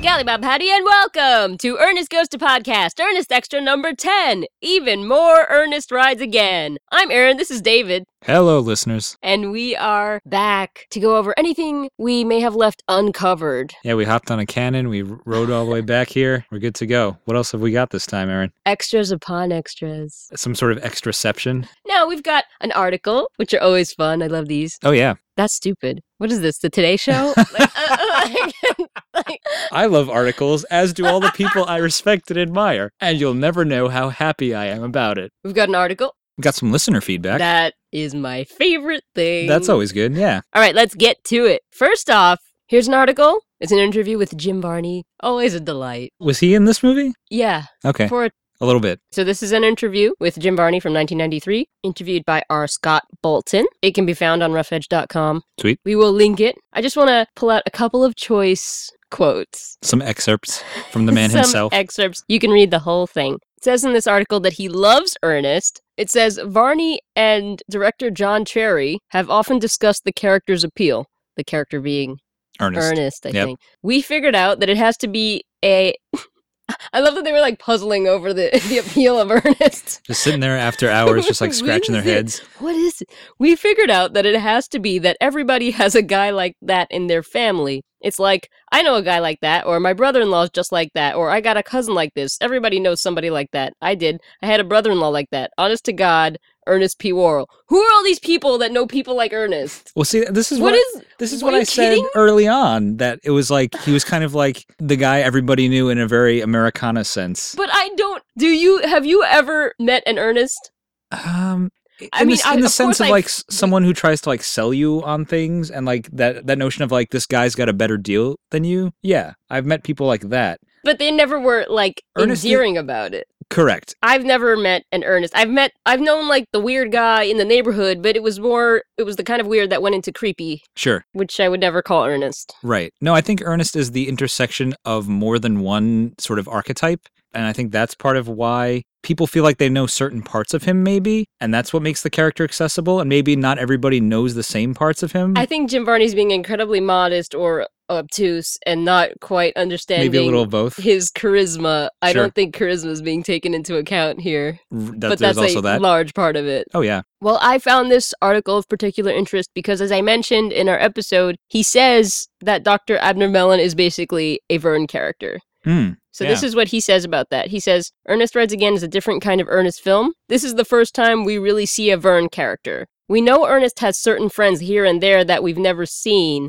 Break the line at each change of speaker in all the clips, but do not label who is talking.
Gallibob Howdy and welcome to Ernest Goes to Podcast, Ernest Extra number 10. Even more Ernest rides again. I'm Aaron, this is David,
Hello, listeners.
and we are back to go over anything we may have left uncovered.
Yeah, we hopped on a cannon. We r- rode all the way back here. We're good to go. What else have we got this time, Aaron?
Extras upon extras.
Some sort of extraception?
Now we've got an article, which are always fun. I love these.
Oh, yeah.
That's stupid. What is this, the Today Show? Like, uh, uh, like-
I love articles, as do all the people I respect and admire. And you'll never know how happy I am about it.
we've got an article.
We got some listener feedback.
That is my favorite thing.
That's always good. Yeah.
All right, let's get to it. First off, here's an article. It's an interview with Jim Varney. Always a delight.
Was he in this movie?
Yeah.
Okay.
For a-
A little bit.
so this is an interview with Jim Varney from 1993, interviewed by R. Scott Bolton. It can be found on roughedge.com.
Sweet.
We will link it. I just want to pull out a couple of choice quotes.
Some excerpts from the man
Some
himself.
Excerpts. You can read the whole thing. It says in this article that he loves Ernest. It says Varney and director John Cherry have often discussed the character's appeal, the character being
Ernest.
Ernest, I
Yep.
think. We figured out that it has to be a. I love that they were like puzzling over the, the appeal of Ernest.
Just sitting there after hours, just like
What
scratching their
is it?
heads.
What is it? We figured out that it has to be that everybody has a guy like that in their family. It's like, I know a guy like that, or my brother in law's just like that, or I got a cousin like this. Everybody knows somebody like that. I did. I had a brother in law like that. Honest to God, Ernest P. Worrell. Who are all these people that know people like Ernest?
Well, see, this is what,
What is.
This is
Were
what
you
I said
kidding?
early on that it was like he was kind of like the guy everybody knew in a very Americana sense.
But I don't. Do you. Have you ever met an Ernest?
Um,
I
in
mean,
the,
I-
in the
of
sense
course
of
I-
like s- someone who tries to like sell you on things and like that that notion of like this guy's got a better deal than you. Yeah, I've met people like that.
but they never were like
Ernest is-
endearing about it.
Correct.
I've never met an Ernest. I've met I've known like the weird guy in the neighborhood, but it was more it was the kind of weird that went into creepy,
Sure.
which I would never call Ernest.
Right. No, I think Ernest is the intersection of more than one sort of archetype. And I think that's part of why people feel like they know certain parts of him, maybe. And that's what makes the character accessible. And maybe not everybody knows the same parts of him.
I think Jim Varney's being incredibly modest or obtuse and not quite understanding
maybe a little of both. R-
his charisma. I
Sure.
don't think charisma is being taken into account here,
That,
but
there's
that's
also
a
that.
large part of it.
oh yeah,
Well, I found this article of particular interest because, as I mentioned in our episode, he says that Dr. Abner Mellon is basically a Vern character.
Mm,
So, this is what he says about that. He says, Ernest Rides Again is a different kind of Ernest film. This is the first time we really see a Vern character. We know Ernest has certain friends here and there that we've never seen.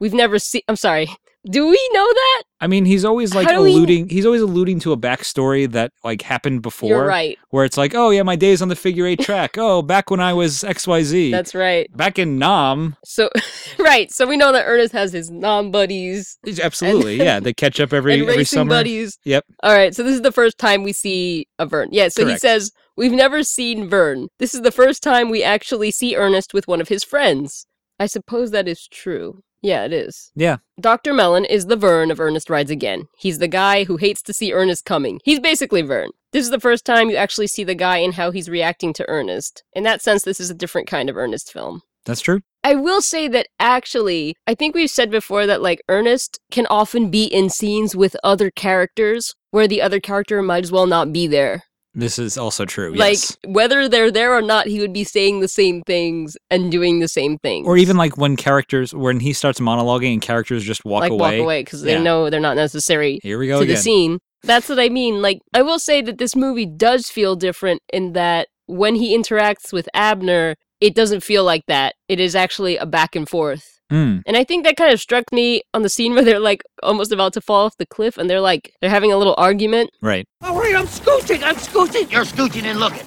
We've never seen. I'm sorry. Do we know that?
I mean he's always like
How do we-
alluding. He's always alluding to a backstory that like happened before,
You're right.
where it's like, oh yeah, my days on the figure eight track. oh, back when I was X Y Z,
That's right.
back in Nam.
So, right. So, we know that Ernest has his non buddies
Absolutely,
then-
yeah. They catch up every
and
every
racing
summer.
buddies.
Yep.
All right. So this is the first time we see a Vern. Yeah. So he
Correct.
says we've never seen Vern. This is the first time we actually see Ernest with one of his friends. I suppose that is true. Yeah, it is.
Yeah.
Dr. Mellon is the Vern of Ernest Rides Again. He's the guy who hates to see Ernest coming. He's basically Vern. This is the first time you actually see the guy and how he's reacting to Ernest. In that sense, this is a different kind of Ernest film.
That's true.
I will say that actually, I think we've said before that like Ernest can often be in scenes with other characters where the other character might as well not be there.
This is also true. yes.
Like whether they're there or not, he would be saying the same things and doing the same things.
Or even like when characters, when he starts monologuing and characters just walk
like
away.
walk away because
Yeah.
they know they're not necessary
Here we go
to
again.
the scene. That's what I mean. Like I will say that this movie does feel different in that when he interacts with Abner, it doesn't feel like that. It is actually a back and forth.
Mm,
And I think that kind of struck me on the scene where they're like almost about to fall off the cliff and they're like, they're having a little argument.
right.
All right, Oh, I'm scooching. I'm scooching.
You're scooching and looking.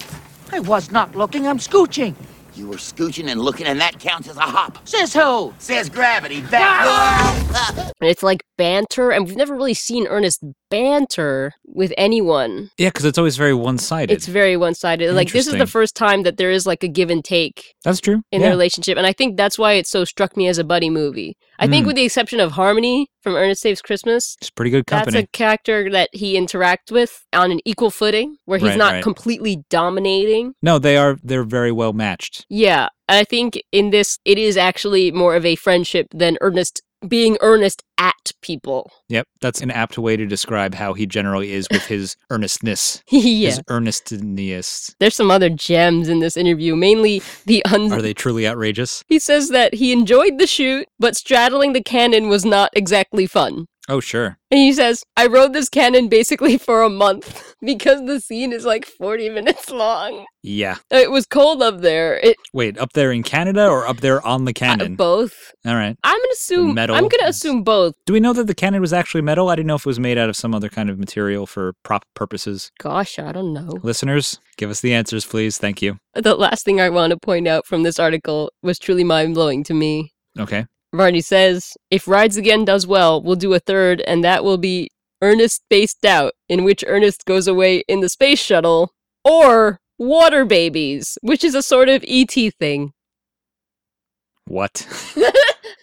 I was not looking. I'm scooching.
You were scooching and looking, and that counts as a hop.
Says who?
Says gravity. That.
And it's like banter. And we've never really seen Ernest banter with anyone.
Yeah, because it's always very one sided.
It's very one sided. Like, this is the
Interesting.
first time that there is like a give and take
That's true.
in
yeah.
the relationship. And I think that's why it so struck me as a buddy movie. I think,
Mm.
with the exception of Harmony from Ernest Saves Christmas,
It's pretty good company.
That's a character that he interacts with on an equal footing where he's
Right,
not
right.
completely dominating.
no, they are. They're very well matched.
Yeah, I think in this, it is actually more of a friendship than Ernest being earnest at people.
Yep, that's an apt way to describe how he generally is with his earnestness,
yeah.
his earnestness.
There's some other gems in this interview, mainly the un-
Are they truly outrageous?
He says that he enjoyed the shoot, but straddling the cannon was not exactly fun.
Oh, sure.
And he says, I rode this cannon basically for a month because the scene is like 40 minutes long.
Yeah.
It was cold up there. It
Wait, up there in Canada or up there on the cannon?
Uh, both.
All right.
I'm gonna assume
metal
I'm gonna
is-
assume both.
Do we know that the cannon was actually metal? I didn't know if it was made out of some other kind of material for prop purposes.
Gosh, I don't know.
Listeners, give us the answers, please. Thank you.
The last thing I want to point out from this article was truly mind blowing to me.
Okay.
Varney says, if Rides Again does well, we'll do a third, and that will be Ernest Spaced Out, in which Ernest goes away in the space shuttle, or Water Babies, which is a sort of ET thing.
What?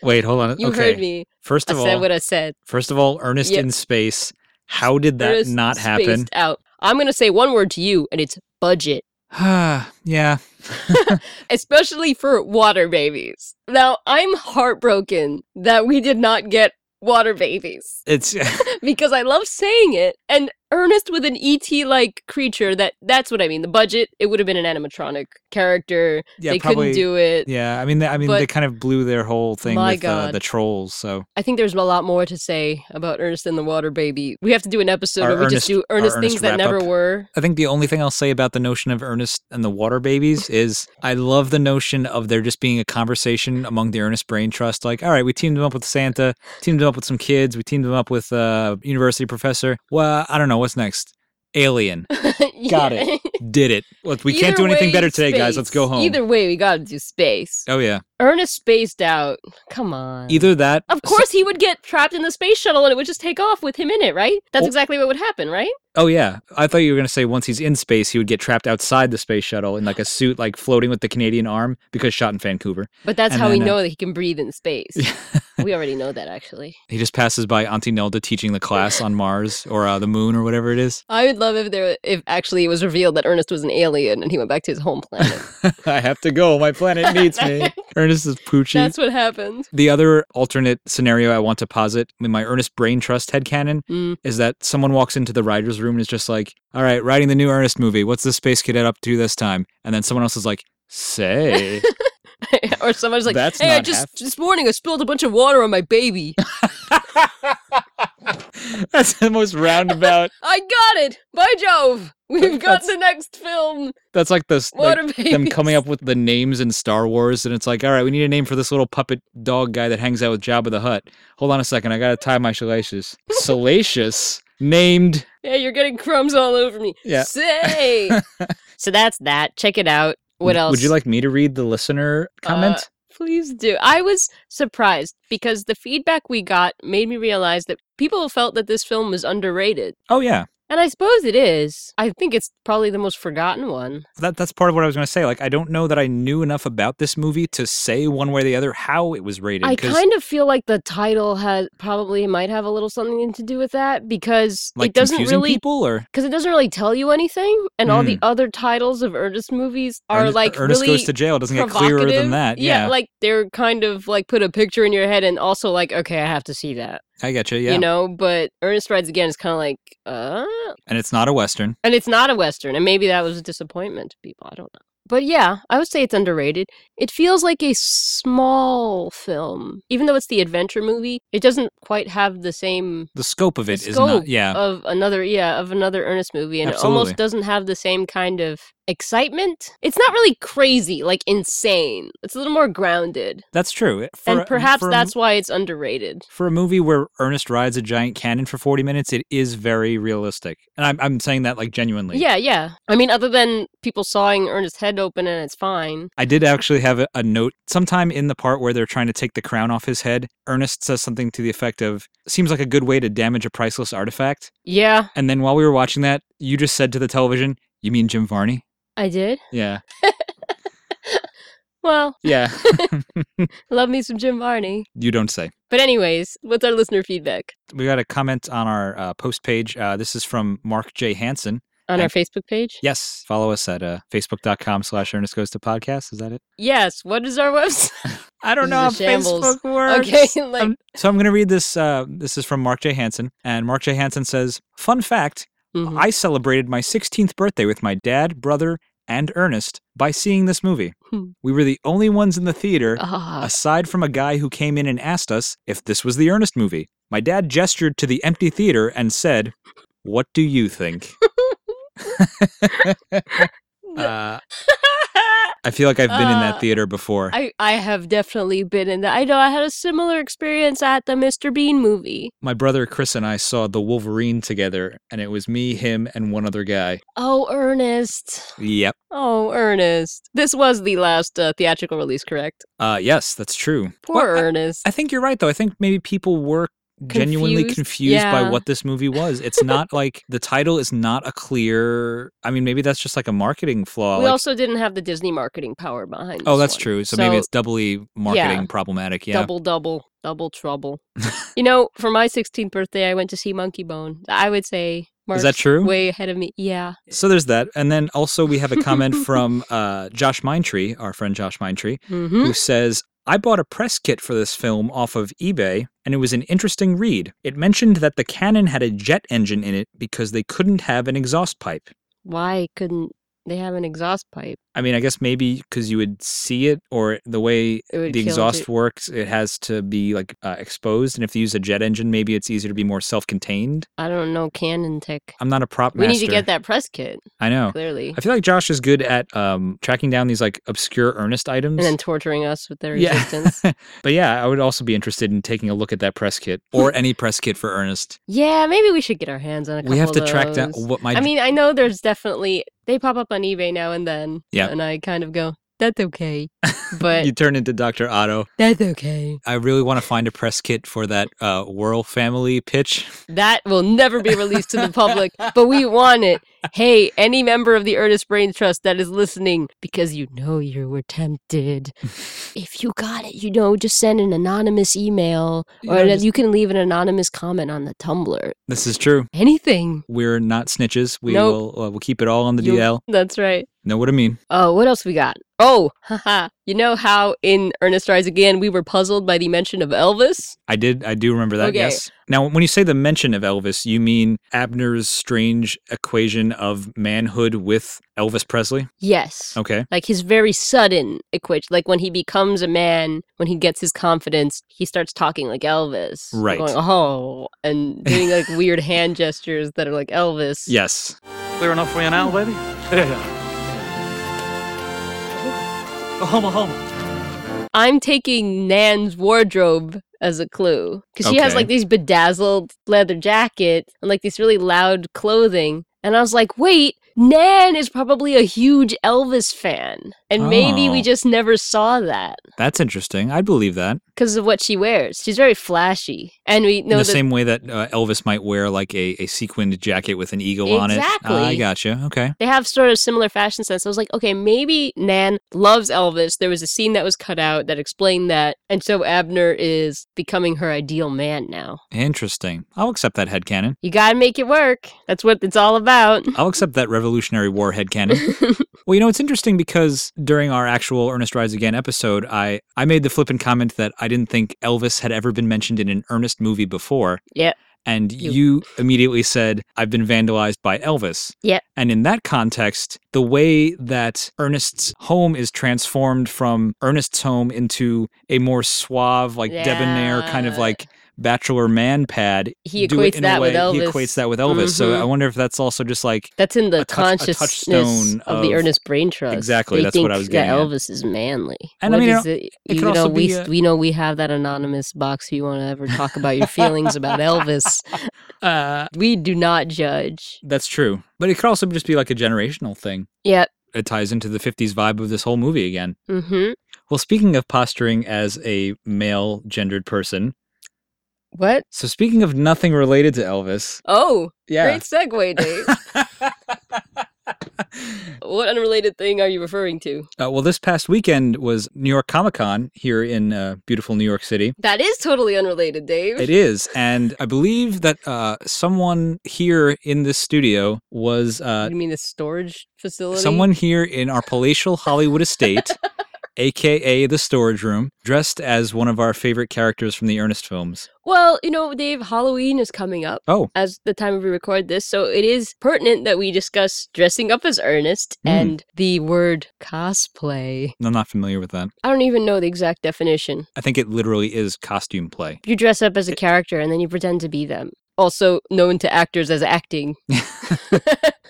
Wait, hold on.
You
okay.
heard me.
First
I
of
said
all,
what I said.
first of all, Ernest
Yep.
in space. How did that
Ernest
not happen?
Spaced Out. I'm going to say one word to you, and it's budget.
yeah.
especially for water babies. Now, I'm heartbroken that we did not get water babies
It's
because I love saying it. And Ernest with an ET like creature that that's what I mean. The budget, it would have been an animatronic character.
yeah,
they
probably
couldn't do it.
Yeah, I mean, I mean,
But-
they kind of blew their whole thing
My
with uh,
God.
the trolls. So
I think there's a lot more to say about Ernest and the water baby. We have to do an episode
Our
where we
Ernest-
just do
our
Ernest
Ernest
things that never
wrap-up.
were.
I think the only thing I'll say about the notion of Ernest and the Water Babies is I love the notion of there just being a conversation among the Ernest Brain Trust. Like, all right, we teamed him up with Santa, teamed him up with some kids, we teamed him up with a university professor. Well, I don't know what's next. Alien Got it. did it. Look, we can't
Either
do anything
way,
better today, guys.
space.
Let's go home.
Either way, we gotta do space.
oh yeah,
Ernest spaced out. Come on.
either that.
Of course, he would get trapped in the space shuttle and it would just take off with him in it, right? That's
Well-
exactly what would happen, right?
Oh yeah, I thought you were gonna say once he's in space, he would get trapped outside the space shuttle in like a suit, like floating with the Canadian arm because shot in Vancouver.
But that's
And
how we
then, uh,
know that he can breathe in space. we already know that, actually.
He just passes by Auntie Nelda teaching the class on Mars or uh, the moon or whatever it is.
I would love if there, if actually it was revealed that Ernest was an alien and he went back to his home planet.
I have to go. My planet needs me. Ernest is poochy.
that's what happened.
the other alternate scenario I want to posit in my Ernest Brain Trust headcanon
Mm.
is that someone walks into the writer's room and is just like, all right, writing the new Ernest movie. What's this space cadet up to this time? And then someone else is like, say.
or someone's like,
That's
"Hey, I
not
just
half-
this morning I spilled a bunch of water on my baby.
That's the most roundabout.
I got it. By Jove, we've got the next film.
That's like this.
Water baby.
them coming up with the names in Star Wars, and it's like, all right, we need a name for this little puppet dog guy that hangs out with Jabba the Hutt. Hold on a second, I gotta tie my salacious. Salacious named.
Yeah, you're getting crumbs all over me.
Yeah.
Say. so that's that. Check it out. What else? Uh,
Would you like me to read the listener comment?
Please do. I was surprised because the feedback we got made me realize that people felt that this film was underrated.
oh yeah,
And I suppose it is. I think it's probably the most forgotten one.
that that's part of what I was gonna say. Like, I don't know that I knew enough about this movie to say one way or the other how it was rated.
I
'cause,
kind of feel like the title has probably might have a little something to do with that because
like
it doesn't
confusing
really
people or
because it doesn't really tell you anything and all the other titles of Ernest movies are
Ernest, uh,
like
Ernest
really
goes to jail doesn't get clearer than
provocative.
that.
Yeah,
Yeah,
like they're kind of like put a picture in your head and also like okay, I have to see that.
I get you. Yeah,
you know but ernest rides again is kind of like uh
and it's not a western.
and it's not a western and maybe that was a disappointment to people i don't know but yeah i would say it's underrated it feels like a small film even though it's the adventure movie it doesn't quite have the same
The scope of
The
it is
scope
not. Yeah,
of another yeah of another ernest movie and it
Absolutely.
almost doesn't have the same kind of excitement it's not really crazy like insane it's a little more grounded
that's true. For a-
and perhaps
for a
that's why it's underrated
for a movie where Ernest rides a giant cannon for 40 minutes, it is very realistic. And I'm, I'm saying that like genuinely.
Yeah, yeah. I mean, other than people sawing Ernest's head open and it's fine.
I did actually have a, a note sometime in the part where they're trying to take the crown off his head. Ernest says something to the effect of, seems like a good way to damage a priceless artifact.
Yeah,
And then while we were watching that, you just said to the television, You mean Jim Varney?
I did.
Yeah.
Well,
Yeah.
love me some Jim Varney.
you don't say.
But anyways, what's our listener feedback
We got a comment on our uh, post page. Uh, this is from Mark J. Hansen.
on our
And-
Facebook page?
Yes. Follow us at uh, facebook.com slash Ernest Goes to Podcast. Is that it?
Yes. What is our website?
I don't
This
know how
is a shambles.
Facebook works.
Okay, like
Um, so I'm going to read this. Uh, this is from Mark J. Hansen, and Mark J. Hansen says, "Fun fact:
mhm.
I celebrated my 16th birthday with my dad, brother, and Ernest by seeing this movie.
Hmm.
We were the only ones in the theater,
Ah,
aside from a guy who came in and asked us if this was the Ernest movie. My dad gestured to the empty theater and said." What do you think? Uh, I feel like I've been in that
Uh,
theater before.
I I have definitely been in that. I know I had a similar experience at the Mr. Bean movie.
my brother Chris and I saw the Wolverine together, and it was me, him, and one other guy.
Oh, Ernest.
Yep.
Oh, Ernest. This was the last uh, theatrical release, correct?
Uh, yes, that's true.
Poor
Well, I,
Ernest.
I think you're right, though. I think maybe people were genuinely
Confused?
confused by
Yeah.
what this movie was. It's not like the title is not a clear. I mean, maybe that's just like a marketing flaw.
we
Uh, like-
also didn't have the Disney marketing power behind.
oh,
this
that's
one.
true. So, maybe it's doubly marketing
yeah.
problematic. Yeah.
double, double, double trouble. you know, for my 16th birthday, I went to see Monkey Bone. I would say Mark's
Is that true?
way ahead of me. Yeah.
So there's that. And then also we have a comment from uh, Josh Minetree, our friend Josh Minetree,
hmm
who says, I bought a press kit for this film off of eBay, and it was an interesting read. It mentioned that the Canon had a jet engine in it because they couldn't have an exhaust pipe.
Why couldn't they have an exhaust pipe?
I mean, I guess maybe because you would see it, or the way
It would
the
kill
exhaust
it.
works, it has to be like uh, exposed. And if they use a jet engine, maybe it's easier to be more self-contained.
I don't know Canon tech.
I'm not a prop
We need to
Ah, master.
get that press kit,
I know.
clearly.
I feel like Josh is good at um, tracking down these like obscure earnest items.
And then torturing us with their
Yeah.
existence.
but yeah, I would also be interested in taking a look at that press kit or any press kit for Ernest.
yeah, maybe we should get our hands on a couple
we have to
of
track down
those.
what my
I mean, I know there's definitely they pop up on eBay now and then.
Yeah.
And I kind of go, that's okay. But
you turn into Dr. Otto.
that's okay.
I really want to find a press kit for that uh, Whirl family pitch.
That will never be released to the public, but we want it. Hey, any member of the Ernest Brain Trust that is listening, because you know you were tempted. If you got it, you know, just send an anonymous email
You
or
know,
that
just-
you can leave an anonymous comment on the Tumblr.
This is true.
Anything.
We're not snitches. We
Nope.
will uh, we'll keep it all on the
You-
DL.
That's right.
Know what I mean?
Oh, what else we got? Oh, haha. You know how in Ernest Rise Again we were puzzled by the mention of Elvis?
I did. I do remember that.
Okay.
Yes. Now, when you say the mention of Elvis, you mean Abner's strange equation of manhood with Elvis Presley?
Yes.
Okay.
Oh. Like his very sudden equation. Like when he becomes a man, when he gets his confidence, he starts talking like Elvis.
Right.
Going, oh, and doing like weird hand gestures that are like Elvis.
Yes.
Clear enough for you now, baby? Yeah. Go home, go home.
I'm taking Nan's wardrobe as a clue because she has
Okay.
like these bedazzled leather jacket and like this really loud clothing. And I was like, wait, Nan is probably a huge Elvis fan. And maybe
Oh.
we just never saw that
That's interesting. I believe that.
because of what she wears. She's very flashy. And we
In
know
the
that
same way that uh, Elvis might wear like a, a sequined jacket with an eagle on it. Ah,
Exactly.
I gotcha. Okay.
they have sort of similar fashion sense. I was like, okay, maybe Nan loves Elvis. There was a scene that was cut out that explained that. And so Abner is becoming her ideal man now.
Interesting. I'll accept that headcanon.
You got to make it work. That's what it's all about.
I'll accept that Revolutionary War headcanon. well, you know, it's interesting because during our actual Ernest Rise Again episode, I, I made the flippant comment that I didn't think Elvis had ever been mentioned in an Ernest movie before.
Yep.
And
You-
you immediately said, I've been vandalized by Elvis.
Yep.
And in that context, the way that Ernest's home is transformed from Ernest's home into a more suave, like debonair kind of
Yeah.
like bachelor man pad.
He
do it
equates
in a
that with
way- He
Elvis.
equates that with Elvis. So
Mhm.
I wonder if that's also just like
That's in the
a touch- a
consciousness
touchstone
of, the
of-
Ernest Brain Trust.
Exactly,
They
that's what
think
I was
that
getting at.
Elvis is manly.
And I
What
mean,
is it?
could
you know,
also
we
be
s-
a-
we know we have that anonymous box. If you want to ever talk about your feelings about Elvis,
uh
we do not judge.
that's true. But it could also just be like a generational thing.
Yep.
It ties into the 50s vibe of this whole movie again.
Mm-hmm.
Well, speaking of posturing as a male gendered person,
What?
so speaking of nothing related to Elvis,
Oh,
yeah.
great segue, Dave. what unrelated thing are you referring to?
Uh, well, this past weekend was New York Comic Con here in uh, beautiful New York City.
That is totally unrelated, Dave.
It is, and I believe that uh, someone here in this studio was uh,
you mean the storage facility?
someone here in our palatial Hollywood estate aka the storage room, dressed as one of our favorite characters from the Ernest films.
Well, you know, Dave, Halloween is coming up
Oh,
as the time we record this, so it is pertinent that we discuss dressing up as Ernest
Hmm.
and the word cosplay.
I'm not familiar with that.
I don't even know the exact definition.
I think it literally is costume play.
You dress up
Eh.
as a character and then you pretend to be them. Also known to actors as acting,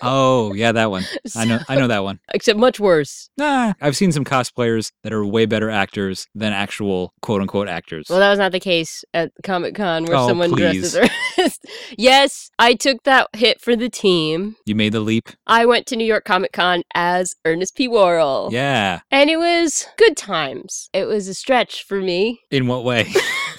Oh, yeah, that one. I know I know that one.
except much worse.
Nah, I've seen some cosplayers that are way better actors than actual quote unquote actors.
Well, that was not the case at Comic Con where
Oh,
someone dresses
please.
Ernest. yes, I took that hit for the team.
you made the leap.
I went to New York Comic Con as Ernest P. Worrell.
Yeah.
And it was good times. It was a stretch for me.
In what way?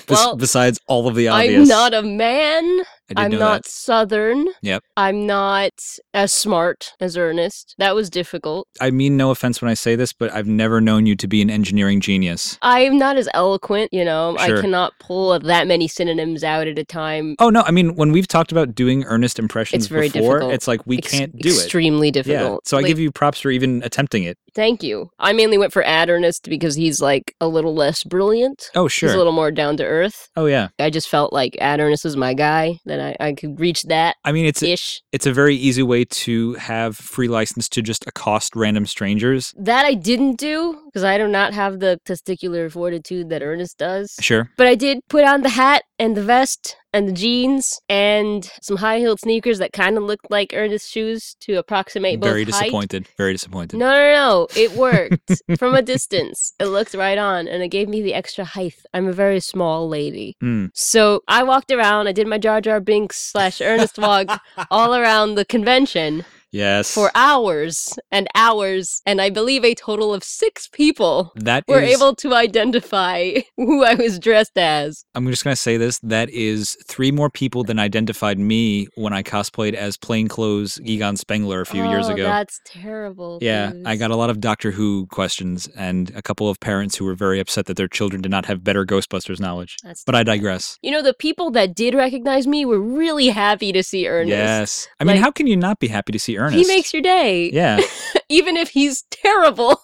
Bes-
Well,
besides all of the obvious.
I'm not a man.
I didn't
I'm
know
not
that.
Southern.
Yep.
I'm not as smart as Ernest. That was difficult.
I mean no offense when I say this, but I've never known you to be an engineering genius.
I'm not as eloquent, you know.
Sure.
I cannot pull that many synonyms out at a time.
Oh no, I mean when we've talked about doing earnest impressions
It's very
before,
difficult.
it's like we
Ex-
can't do it.
Extremely difficult.
Yeah. So I give you props for even attempting it.
Thank you. I mainly went for Ad Ernest because he's like a little less brilliant.
Oh
He's
sure.
a little more down to earth.
oh yeah.
I just felt like Ad Ernest is my guy. Then I, I could reach that
I mean it's
ish.
it's a very easy way to have free license to just accost random strangers.
That I didn't do because I do not have the testicular fortitude that Ernest does.
Sure.
But I did put on the hat and the vest and the jeans and some high heeled sneakers that kind of looked like Ernest's shoes to approximate both
Very
height-
disappointed. Very disappointed.
No, no, no. It worked from a distance. It looked right on and it gave me the extra height. I'm a very small lady.
Hmm.
So I walked around. I did my Jar Jar Binks slash Ernest walk all around the convention
Yes.
for hours and hours. And I believe a total of six people
that
were
is-
able to identify who I was dressed as.
I'm just going to say this. That is three more people than identified me when I cosplayed as plainclothes Egon Spengler a few years
Oh,
ago.
That's terrible.
yeah, I
Bruce.
got a lot of Doctor Who questions and a couple of parents who were very upset that their children did not have better Ghostbusters knowledge.
That's
But I digress.
you know, the people that did recognize me were really happy to see Ernest.
Yes. I mean,
Like-
how can you not be happy to see Ernest?
He makes your day,
Yeah.
even if he's terrible.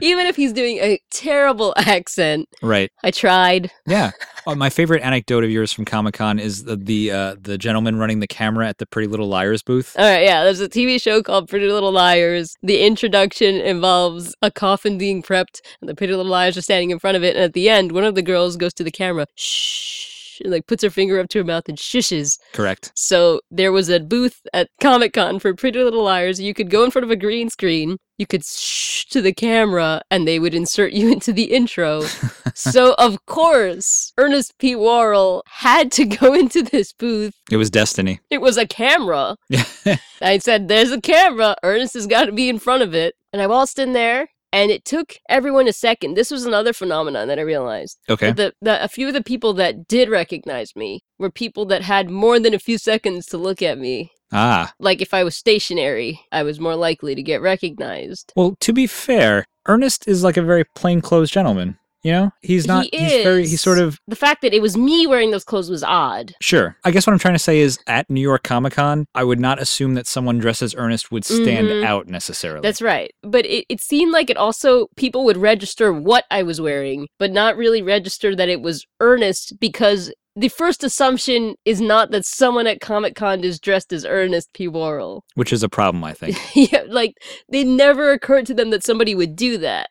even if he's doing a terrible accent.
right.
I tried.
Yeah. Uh, my favorite anecdote of yours from Comic Con is the the, uh, the gentleman running the camera at the Pretty Little Liars booth.
All right, yeah, there's a TV show called Pretty Little Liars. The introduction involves a coffin being prepped, and the Pretty Little Liars are standing in front of it. And at the end, one of the girls goes to the camera, shh, and like puts her finger up to her mouth and shushes.
Correct.
So there was a booth at Comic Con for Pretty Little Liars. You could go in front of a green screen, you could shh to the camera, and they would insert you into the intro. so, of course, Ernest P. Worrell had to go into this booth.
It was destiny.
It was a camera.
Yeah.
I said, There's a camera. Ernest has got to be in front of it. And I waltzed in there. And it took everyone a second. This was another phenomenon that I realized.
okay.
that The, the, a few of the people that did recognize me were people that had more than a few seconds to look at me.
Ah.
Like if I was stationary, I was more likely to get recognized.
Well, to be fair, Ernest is like a very plainclothes gentleman. You know, he's
He
not. He's very. He's
is.
sort of.
The fact that it was me wearing those clothes was odd.
Sure. I guess what I'm trying to say is at New York Comic Con, I would not assume that someone dressed as Ernest would stand
Mhm.
out necessarily.
That's right. But it, it seemed like it also, people would register what I was wearing, but not really register that it was Ernest because the first assumption is not that someone at Comic Con is dressed as Ernest P. Worrell.
Which is a problem, I think.
yeah, like they never occurred to them that somebody would do that.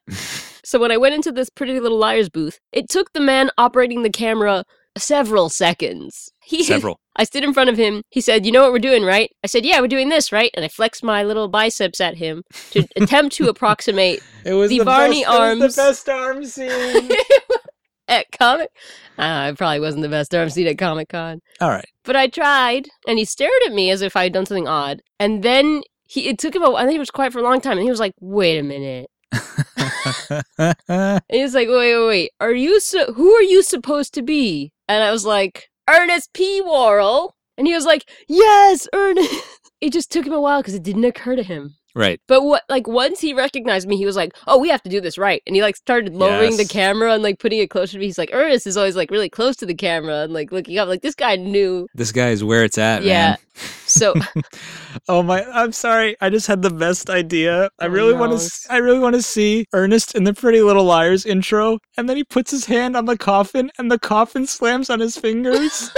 so when I went into this Pretty Little Liars booth, it took the man operating the camera several seconds. He
Several.
I stood in front of him. He said, "You know what we're doing, right?" I said, "Yeah, we're doing this, right?" And I flexed my little biceps at him to attempt to approximate
It was
The the Varney best- it was the arms.
best arm scene.
at Comic. Uh, it probably wasn't the best arm scene at Comic Con.
All right.
But I tried, and he stared at me as if I had done something odd. And then he, it took him. A, I think he was quiet for a long time, and he was like, "Wait a minute." And he was like, "Wait, wait, wait. Are you so? Who are you supposed to be?" And I was like, "Ernest P. Worrell." And he was like, "Yes, Ernest." It just took him a while because it didn't occur to him.
right.
But what, like, once he recognized me, he was like, "Oh, we have to do this right," and he like started lowering the
Yes.
camera and like putting it closer to me. He's like, "Ernest is always like really close to the camera and like looking up." Like this guy knew
This guy is where it's at,
yeah.
man.
So
Oh my! I'm sorry. I just had the best idea.
Oh,
I really
no,
want
it's-
to. I really want to see Ernest in the Pretty Little Liars intro, and then he puts his hand on the coffin, and the coffin slams on his fingers.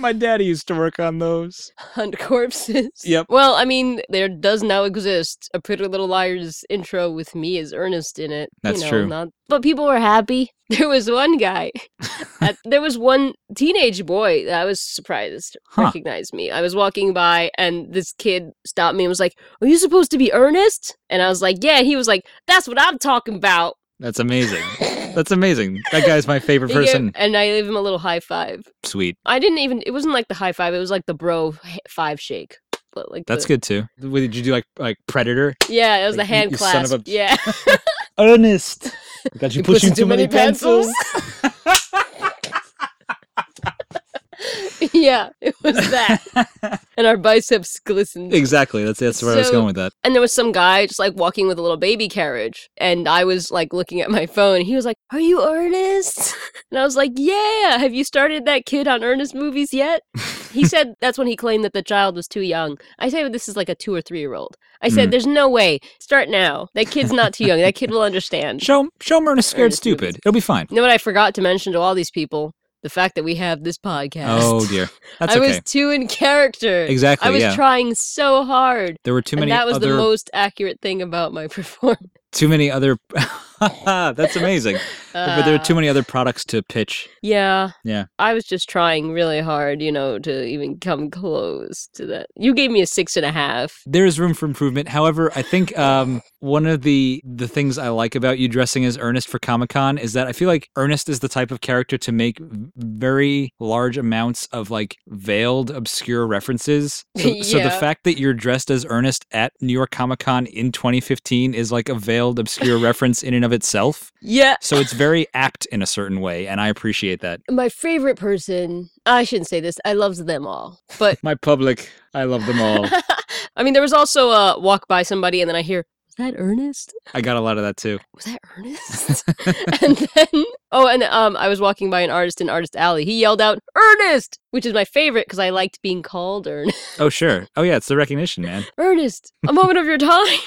my daddy used to work on those.
hunt corpses.
Yep.
Well, I mean, there does now exist a Pretty Little Liars intro with me as Ernest in it.
That's
you know,
true.
Not, but people were happy. There was one guy. at, there was one teenage boy that I was surprised
Huh.
recognized me. I was walking by and this kid stopped me and was like, "Are you supposed to be Ernest?" And I was like, "Yeah." And he was like, "That's what I'm talking about."
That's amazing. That's amazing. That guy's my favorite
He gave-
person.
and I gave him a little high five.
Sweet.
I didn't even. It wasn't like the high five. It was like the bro h- five shake. But like
That's
the,
good too. What, Did you do like like Predator?
good. Yeah, it was
Like,
the
you-
hand
you son
clasp.
of a-
Yeah.
Ernest, got you
He puts
pushing too many, pencils.
pencils. yeah, it was that. and our biceps glistened.
exactly. That's that's where I was
So-
going with that.
and there was some guy just like walking with a little baby carriage. And I was like looking at my phone. And he was like, Are you Ernest? And I was like, Yeah. Have you started that kid on Ernest movies yet? He said that's when he claimed that the child was too young. I say this is like a two or three year old. I said,
Mm.
There's no way. Start now. That kid's not too young. That kid will understand.
Show 'em- show 'em Ernest scared
Ernest movies.
stupid. It'll be fine.
You know what I forgot to mention to all these people? The fact that we have this podcast.
Oh dear. That's
I
okay.
was too in character.
Exactly.
I was
yeah.
trying so hard.
there were too
and
many
that was
other
the most accurate thing about my performance.
too many other That's amazing. but there are too
Uh,
many other products to pitch.
Yeah.
Yeah.
I was just trying really hard, you know, to even come close to that. You gave me a six and a half.
There is room for improvement. However, I think um, one of the the things I like about you dressing as Ernest for Comic Con is that I feel like Ernest is the type of character to make v- very large amounts of like veiled, obscure references. So, so the
Yeah.
fact that you're dressed as Ernest at New York Comic Con in 2015 is like a veiled, obscure reference in and of itself.
Yeah.
So it's very apt in a certain way, and I appreciate that.
My favorite person, I shouldn't say this, I loved them all. But
My public, I love them all.
I mean, there was also a walk by somebody and then I hear, was that Ernest?
I got a lot of that too.
was that Ernest? and then oh, and um, I was walking by an artist in Artist Alley. He yelled out Ernest, which is my favorite because I liked being called Ernest.
Oh sure. Oh yeah, it's the recognition, man.
Ernest, a moment of your time.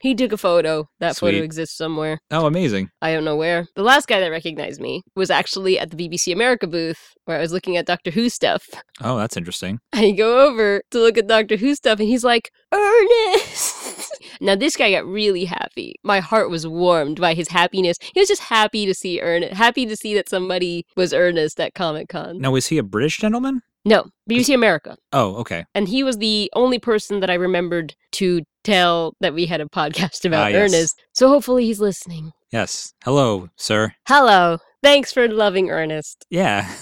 he took a photo. That photo
Sweet.
exists somewhere.
Oh, amazing.
I don't know where. The last guy that recognized me was actually at the BBC America booth where I was looking at Doctor Who stuff.
Oh, that's interesting.
I go over to look at Doctor Who stuff, and he's like, Ernest. now, this guy got really happy. My heart was warmed by his happiness. He was just happy to see Ernest, happy to see that somebody was Ernest at Comic Con.
Now, is he a British gentleman?
No, BBC America.
Oh, okay.
And he was the only person that I remembered to tell that we had a podcast about
Ah, yes.
Ernest. So hopefully he's listening.
Yes. Hello, sir.
Hello. Thanks for loving Ernest.
Yeah.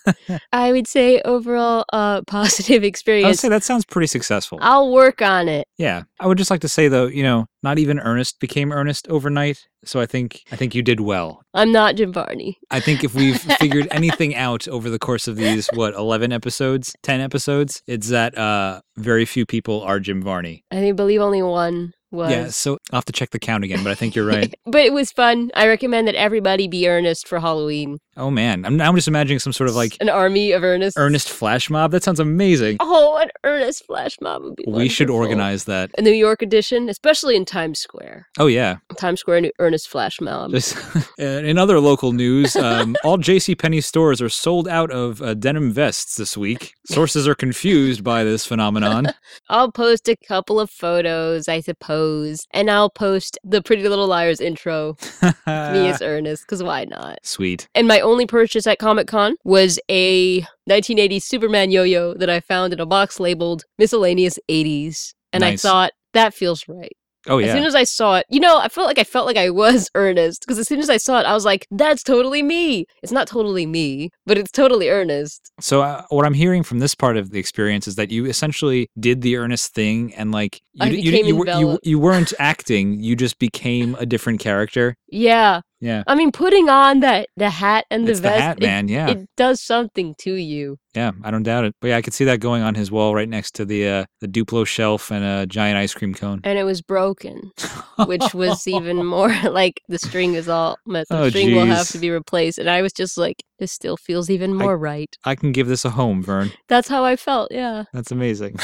I would say overall uh, positive
I would
experience.
say that sounds pretty successful.
I'll work on it.
Yeah. I would just like to say though, you know, not even Ernest became Ernest overnight. So I think I think you did well.
I'm not Jim Varney.
I think if we've figured anything out over the course of these what eleven episodes, ten episodes, it's that uh, very few people are Jim Varney.
I think- believe only one was.
Yeah. So I'll have to check the count again, but I think you're right.
But it was fun. I recommend that everybody be earnest for Halloween.
Oh man, I'm now I'm just imagining some sort of like
an army of earnest.
earnest flash mob. That sounds amazing.
Oh, an earnest flash mob would be.
We should
Oh, wonderful.
organize that.
a New York edition, especially in Times Square.
Oh yeah.
Times Square new earnest flash mob.
Just- uh, in other local news, um, all J.C. Penney stores are sold out of uh, denim vests this week. Sources are confused by this phenomenon.
I'll post a couple of photos, I suppose, and I'll post the Pretty Little Liars intro. me
Uh,
as Ernest, because why not?
Sweet.
And my only purchase at Comic Con was a 1980 Superman yo yo that I found in a box labeled miscellaneous 80s. And
Nice.
I thought, that feels right.
Oh
As soon
yeah.
as I saw it, you know, I felt like I felt like I was Ernest because as soon as I saw it, I was like, that's totally me. It's not totally me, but it's totally Ernest.
So uh, what I'm hearing from this part of the experience is that you essentially did the earnest thing, and like you
I
d- you, d-
became
you, were- you,
enveloped.
you weren't acting. You just became a different character.
Yeah.
Yeah.
I mean, putting on that the hat and the
it's
vest,
the hat,
it-
man. yeah.
it does something to you.
Yeah, I don't doubt it. But yeah, I could see that going on his wall right next to the uh, the Duplo shelf and a giant ice cream cone.
and it was broken, which was even more like the string is all messed up.
Oh,
string will have
jeez.
to be replaced. And I was just like, this still feels even more right.
I can give this a home, Vern.
That's how I felt. Yeah.
That's amazing.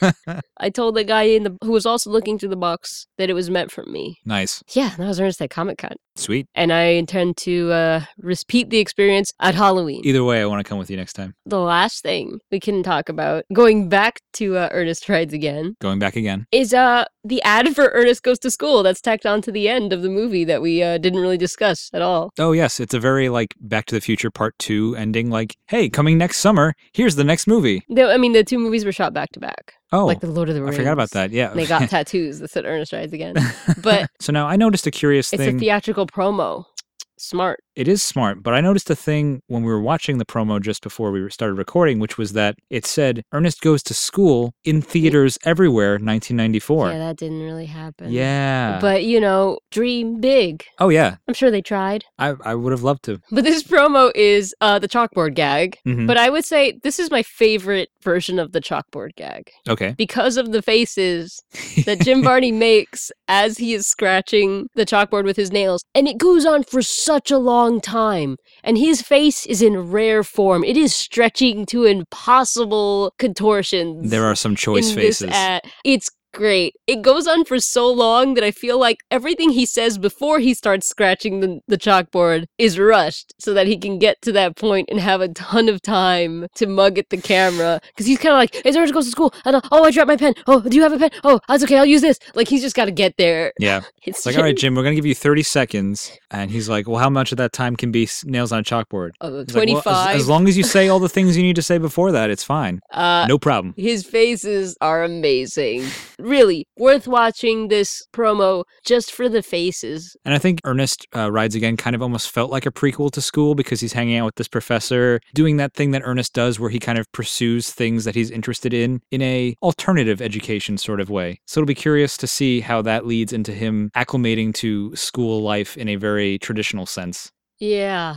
I told the guy in the who was also looking through the box that it was meant for me.
nice.
Yeah, that was Ernest at Comic Con.
Sweet.
And I intend to uh, repeat the experience at Halloween.
Either way, I want to come with you next time.
the last thing we can talk about, going back to uh, Ernest Rides Again,
Going back again.
is uh the ad for Ernest Goes to School that's tacked on to the end of the movie that we uh, didn't really discuss at all.
Oh yes, it's a very like Back to the Future Part Two ending. Like, hey, coming next summer. Here's the next movie.
The, I mean, the two movies were shot back to back,
Oh,
like the Lord of the
I
Rings.
forgot about that. Yeah.
And they got tattoos that said Ernest Rides Again, but
so now I noticed a curious
it's
thing.
a theatrical promo. Smart.
it is smart, but I noticed a thing when we were watching the promo just before we started recording, which was that it said Ernest goes to school in theaters everywhere, 1994.
Yeah, that didn't really happen.
Yeah.
But you know, dream big.
oh yeah,
I'm sure they tried.
I I would have loved to.
But this promo is uh, the chalkboard gag.
Mhm.
But I would say this is my favorite version of the chalkboard gag
Okay.
because of the faces that Jim Barney makes as he is scratching the chalkboard with his nails. And it goes on for such a long time. And his face is in rare form, it is stretching to impossible contortions.
There are some choice
in
faces.
This ad. It's great. It goes on for so long that I feel like everything he says before he starts scratching the, the chalkboard is rushed so that he can get to that point and have a ton of time to mug at the camera. Because he's kind of like, it's hard to go to school. I don't, oh, I dropped my pen. Oh, do you have a pen? Oh, that's okay. I'll use this. Like, he's just got to get there.
Yeah.
It's,
It's like, all right, Jim, we're going to give you 30 seconds. And he's like, well, how much of that time can be s- nails on a chalkboard?
oh,
He's like,
25.
"Well, as- as, long as you say all the things you need to say before that, it's fine.
uh,
no problem.
His faces are amazing. Really, worth watching this promo just for the faces.
And I think Ernest uh, Rides Again kind of almost felt like a prequel to school because he's hanging out with this professor, doing that thing that Ernest does where he kind of pursues things that he's interested in in a alternative education sort of way. So it'll be curious to see how that leads into him acclimating to school life in a very traditional sense.
Yeah.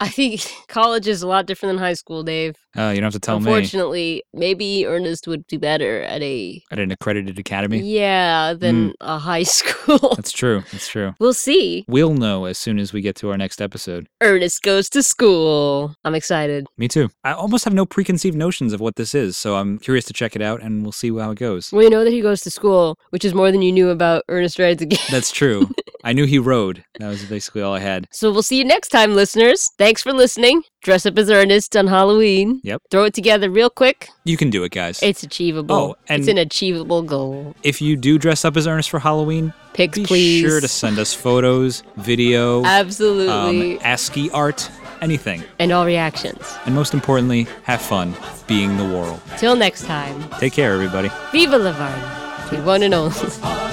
I think college is a lot different than high school, Dave.
Uh, you don't have to tell me
Unfortunately, maybe Ernest would do better at a
at an accredited academy. Mm.
yeah than a high school.
That's true. That's true.
we'll see.
We'll know as soon as we get to our next episode.
Ernest goes to school. I'm excited.
Me too. I almost have no preconceived notions of what this is, so I'm curious to check it out and we'll see how it goes.
We know that he goes to school, which is more than you knew about Ernest Rides Again.
That's true. I knew he rode. That was basically all I had.
So we'll see you next time, listeners. Thanks for listening. Dress up as Ernest on Halloween.
Yep.
Throw it together real quick.
You can do it, guys.
It's achievable.
Oh, and-
it's an achievable goal.
if you do dress up as Ernest for Halloween,
Pics,
be
please.
sure to send us photos, video,
Absolutely.
um, ASCII art, anything.
and all reactions.
And most importantly, have fun being the world.
Till next time,
Take care, everybody.
viva la Varna, the one and only.